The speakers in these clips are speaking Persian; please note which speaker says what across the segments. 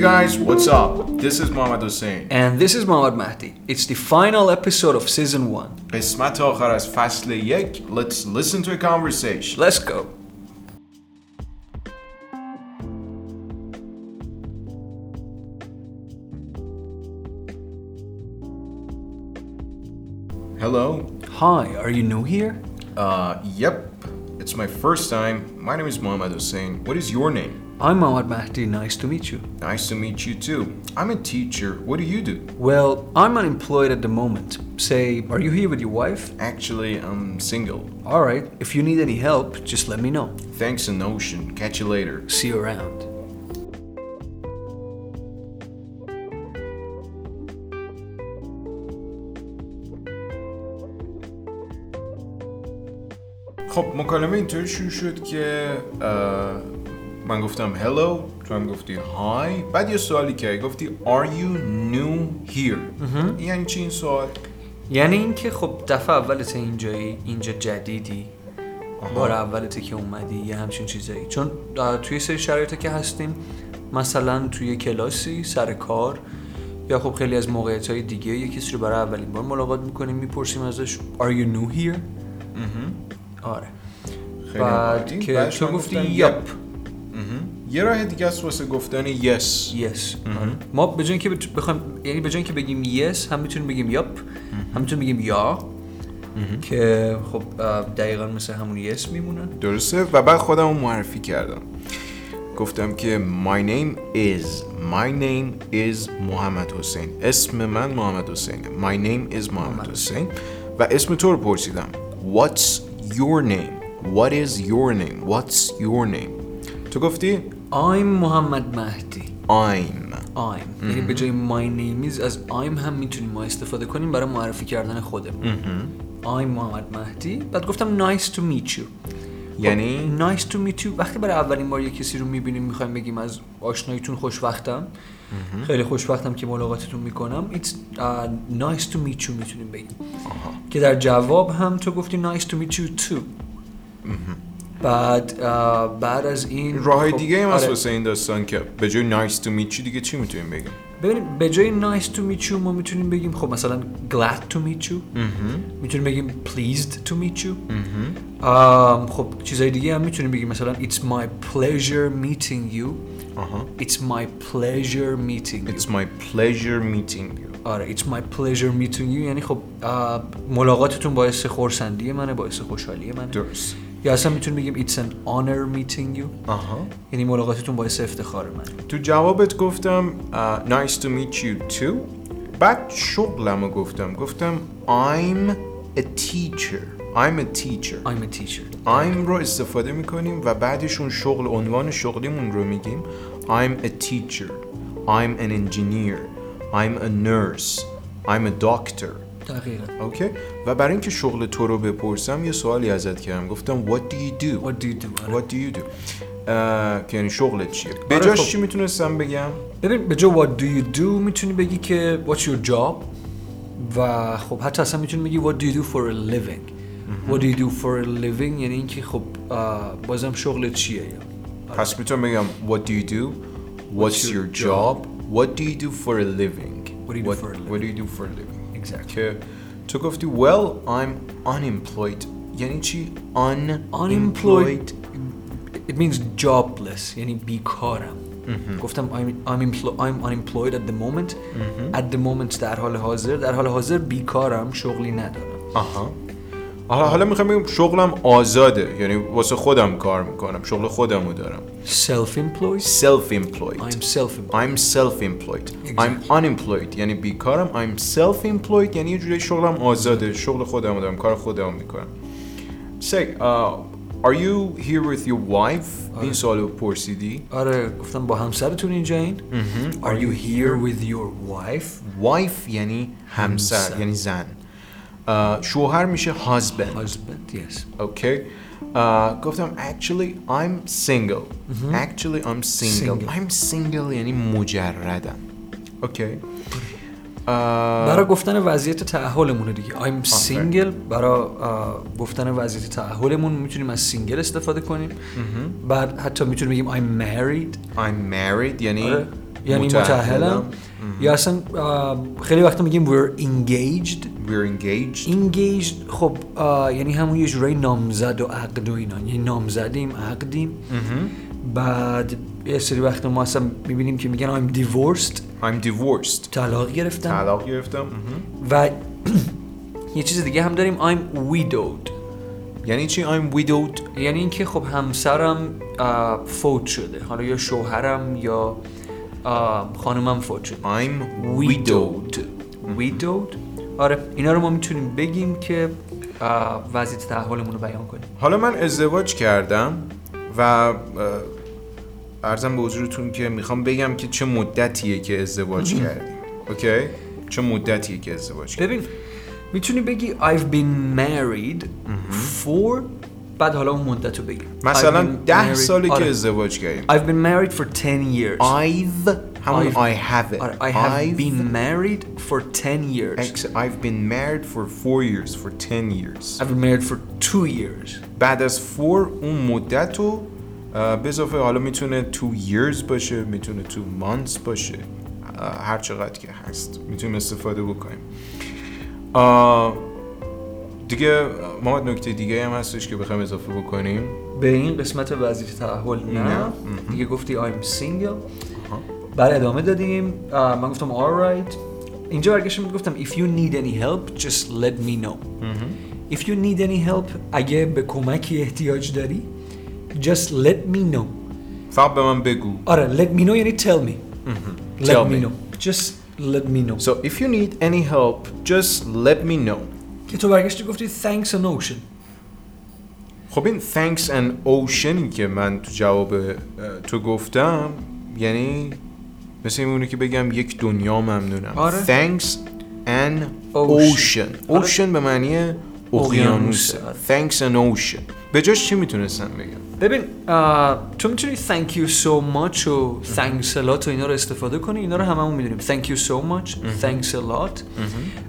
Speaker 1: guys, what's up? This is محمد حسین
Speaker 2: And this is Mohammad Mahdi. It's the final episode of season one.
Speaker 1: قسمت آخر از فصل یک Let's listen to a conversation
Speaker 2: Let's go.
Speaker 1: Hello?
Speaker 2: Hi, are you new here?
Speaker 1: Uh, yep, it's my first time My name is محمد حسین What is your name?
Speaker 2: I'm Mohammad Mahdi. Nice to meet you.
Speaker 1: Nice to meet you too I'm a teacher, what do you do?
Speaker 2: Well, I'm unemployed at the moment. Say, are you here with your wife?
Speaker 1: Actually, I'm single
Speaker 2: All right. If you need any help, just let me know.
Speaker 1: Thanks a notion, catch you later
Speaker 2: See you around.
Speaker 1: خب مکالمه اینطوری شروع شد که اه، من گفتم uh, hello تو هم گفتی hi بعد یه سوالی که گفتی are you new here این یعنی چی این سوال
Speaker 2: یعنی اینکه خب دفعه اولت اینجایی اینجا جدیدی بار اولته که اومدی یه همچین چیزایی چون اه، توی سری شرایطی که هستیم مثلا توی کلاسی سر کار یا خب خیلی از موقعیت های دیگه یه کسی رو برای اولین بار ملاقات میکنیم میپرسیم ازش are you new here آره
Speaker 1: خیلی عالی.
Speaker 2: بعد که
Speaker 1: بعدش
Speaker 2: تو
Speaker 1: من
Speaker 2: گفتی
Speaker 1: گفتم
Speaker 2: یپ
Speaker 1: yep. یه راه دیگه است واسه گفتن yes
Speaker 2: یس ما به جای اینکه بت- بخوایم یعنی به جای اینکه بگیم یس هم میتونیم بگیم یاپ هم میتونیم بگیم یا که خب اه، دقیقا مثل همون یس میمونن
Speaker 1: درسته و بعد خودم رو معرفی کردم گفتم که my name is my name is محمد حسین اسم من محمد حسینه my name is محمد حسین و اسم تو رو پرسیدم what's your name what is your name what's your name تو گفتی
Speaker 2: I'm محمد مهدی
Speaker 1: I'm
Speaker 2: I'm یعنی به جای my name is از I'm هم میتونیم ما استفاده کنیم برای معرفی کردن خودمون I'm محمد مهدی بعد گفتم nice to meet you
Speaker 1: یعنی
Speaker 2: nice to meet you وقتی برای اولین بار یه کسی رو میبینیم میخوایم بگیم از آشناییتون خوشوقتم خیلی خوشوقتم که ملاقاتتون میکنم it's uh, nice to meet you میتونیم بگیم که در جواب هم تو گفتی nice to meet you too بعد آه، بعد از این
Speaker 1: راه
Speaker 2: خب،
Speaker 1: دیگه ایم از
Speaker 2: آره.
Speaker 1: واسه این داستان که به جای nice to meet you دیگه چی میتونیم بگیم
Speaker 2: ببینید به جای nice to meet you ما میتونیم بگیم خب مثلا glad to meet you میتونیم بگیم pleased to meet you آم، خب چیزای دیگه هم میتونیم بگیم مثلا it's my pleasure meeting you
Speaker 1: آها
Speaker 2: it's my pleasure meeting you
Speaker 1: it's my pleasure meeting you
Speaker 2: آره it's my pleasure meeting you یعنی خب آه، ملاقاتتون باعث خورسندی منه باعث خوشحالی منه
Speaker 1: درست
Speaker 2: یا اصلا میتونیم بگیم it's an honor meeting you
Speaker 1: آها
Speaker 2: یعنی ملاقاتتون باعث افتخار منه
Speaker 1: تو جوابت گفتم uh, nice to meet you too بعد شغلم رو گفتم گفتم I'm a teacher I'm a teacher
Speaker 2: I'm a teacher
Speaker 1: I'm رو استفاده میکنیم و بعدش اون شغل عنوان شغلیمون رو میگیم I'm a teacher I'm an engineer I'm a nurse I'm a doctor
Speaker 2: دقیقا
Speaker 1: اوکی و برای اینکه شغل تو رو بپرسم یه سوالی ازت کردم گفتم what do you do
Speaker 2: what do you do آره.
Speaker 1: what do you do اه، که یعنی شغلت چیه به جاش
Speaker 2: خب. آره.
Speaker 1: چی میتونستم بگم
Speaker 2: ببین به جای what do you do میتونی بگی که what's your job و خب حتی اصلا میتونی بگی what do you do for a living what do you do for a living یعنی اینکه خب آه، بازم شغل چیه یا
Speaker 1: پس میتونم بگم what do you do what's your job what do you do for a living
Speaker 2: What do you do for a living?
Speaker 1: what do you do for a living
Speaker 2: Exactly.
Speaker 1: که تو گفتی well I'm unemployed یعنی چی Un-
Speaker 2: unemployed it means jobless یعنی بیکارم گفتم I'm, I'm, emplo- I'm unemployed at the moment at the moment در حال حاضر در حال حاضر بیکارم شغلی ندارم
Speaker 1: آها حالا حالا میخوام بگم شغلم آزاده یعنی واسه خودم کار میکنم شغل خودمو دارم
Speaker 2: self employed
Speaker 1: self employed
Speaker 2: I'm self employed
Speaker 1: I'm self-employed. I'm unemployed. یعنی بیکارم. I'm self-employed. یعنی یه جوری شغلم آزاده. شغل خودم رو دارم. کار خودم میکنم. Say, uh, are you here with your wife? این سوال رو پرسیدی.
Speaker 2: آره گفتم با همسرتون اینجا این Are you here with your wife?
Speaker 1: Wife یعنی همسر.
Speaker 2: همسر.
Speaker 1: یعنی زن. Uh, شوهر میشه husband.
Speaker 2: Husband, yes.
Speaker 1: Okay. Uh, گفتم actually I'm single. Actually I'm single.
Speaker 2: Single.
Speaker 1: I'm single یعنی مجردم. Okay. Uh,
Speaker 2: برای گفتن وضعیت تعهلمونه دیگه I'm single برای آه، گفتن وضعیت تعهلمون میتونیم از سینگل استفاده کنیم بعد حتی میتونیم بگیم I'm married
Speaker 1: I'm married یعنی
Speaker 2: آره. یعنی
Speaker 1: متأهلم.
Speaker 2: متأهلم یا اصلا آه، خیلی وقتا میگیم we're engaged
Speaker 1: We're engaged
Speaker 2: engaged خب آه، یعنی همون یه جورایی نامزد و عقد و اینا یعنی نامزدیم عقدیم بعد یه سری وقت ما اصلا میبینیم که میگن I'm divorced
Speaker 1: I'm divorced
Speaker 2: طلاق گرفتم
Speaker 1: طلاق گرفتم مهم.
Speaker 2: و یه چیز دیگه هم داریم I'm widowed
Speaker 1: یعنی چی I'm widowed
Speaker 2: یعنی اینکه خب همسرم آه، فوت شده حالا یا شوهرم یا آه، خانمم فوت شده
Speaker 1: I'm
Speaker 2: widowed widowed آره اینا رو ما میتونیم بگیم که آه، وضعیت تحولمون رو بیان کنیم
Speaker 1: حالا من ازدواج کردم و اه، ارزم به حضورتون که میخوام بگم که چه مدتیه که ازدواج کردیم اوکی چه مدتیه که ازدواج کردیم
Speaker 2: ببین میتونی بگی I've been married for بعد حالا اون مدت رو بگی
Speaker 1: مثلا
Speaker 2: I've been
Speaker 1: ده
Speaker 2: married-
Speaker 1: ساله که
Speaker 2: آره.
Speaker 1: ازدواج کردیم
Speaker 2: I've been married for 10 years
Speaker 1: I've همون
Speaker 2: I've-
Speaker 1: I have it
Speaker 2: آره, I have
Speaker 1: I've-
Speaker 2: been married for 10 years
Speaker 1: Ex- I've been married for four years for ten years
Speaker 2: I've been married for 2 years
Speaker 1: بعد از فور اون مدت رو اه، به اضافه حالا میتونه تو years باشه میتونه تو months باشه اه، هر چقدر که هست میتونیم استفاده بکنیم اه، دیگه محمد نکته دیگه هم هستش که بخوایم اضافه بکنیم
Speaker 2: به این قسمت وظیفه تحول نه
Speaker 1: نه.
Speaker 2: دیگه گفتی I'm single بعد ادامه دادیم آه، من گفتم alright اینجا برگشتم گفتم if you need any help just let me know if you need any help اگه به کمکی احتیاج داری just let me know
Speaker 1: فقط به من بگو
Speaker 2: آره let me know یعنی tell me let
Speaker 1: Tell
Speaker 2: me
Speaker 1: me.
Speaker 2: know just let me know
Speaker 1: So if you need any help just let me know
Speaker 2: که تو برگشتی گفتی thanks an ocean
Speaker 1: خب این thanks and ocean که من تو جواب اه، تو گفتم یعنی مثل اونی که بگم یک دنیا ممنونم
Speaker 2: آره.
Speaker 1: thanks and
Speaker 2: Ocean.
Speaker 1: ocean
Speaker 2: آره.
Speaker 1: ocean به معنی
Speaker 2: اقیانوسه،
Speaker 1: اقیانوسه
Speaker 2: آره.
Speaker 1: thanks and ocean به جاش چی میتونستم بگم
Speaker 2: ببین آه، تو میتونی thank you so much و thanks a lot و اینا رو استفاده کنی اینا رو هممون میدونیم thank you so much thanks a lot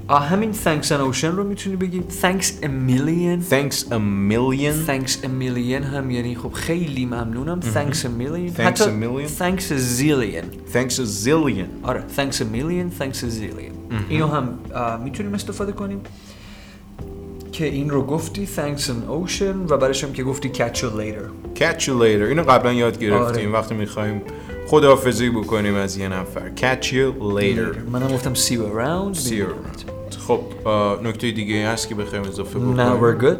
Speaker 2: آه، همین thanks an ocean رو میتونی بگی thanks a million
Speaker 1: thanks a million
Speaker 2: thanks a million هم یعنی خب خیلی ممنونم thanks a million
Speaker 1: Thanks
Speaker 2: حتی
Speaker 1: a million.
Speaker 2: thanks a zillion
Speaker 1: thanks a zillion
Speaker 2: آره thanks a million thanks a zillion اینو هم آه، میتونیم استفاده کنیم که این رو گفتی thanks an ocean و برایش هم که گفتی catch you later
Speaker 1: catch you later اینو قبلا یاد گرفتیم
Speaker 2: آره.
Speaker 1: وقتی میخوایم خداحافظی بکنیم از یه نفر catch you later
Speaker 2: منم گفتم see you around
Speaker 1: See you
Speaker 2: ببینمت.
Speaker 1: around. خب اه، نکته دیگه هست که بخوایم اضافه بکنیم
Speaker 2: Now we're good.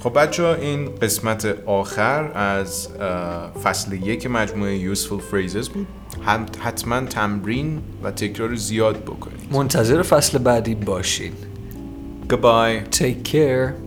Speaker 1: خب بچه این قسمت آخر از اه، فصل یک مجموعه Useful Phrases بود هم حتما تمرین و تکرار زیاد بکنید
Speaker 2: منتظر فصل بعدی باشین.
Speaker 1: Goodbye
Speaker 2: Take care.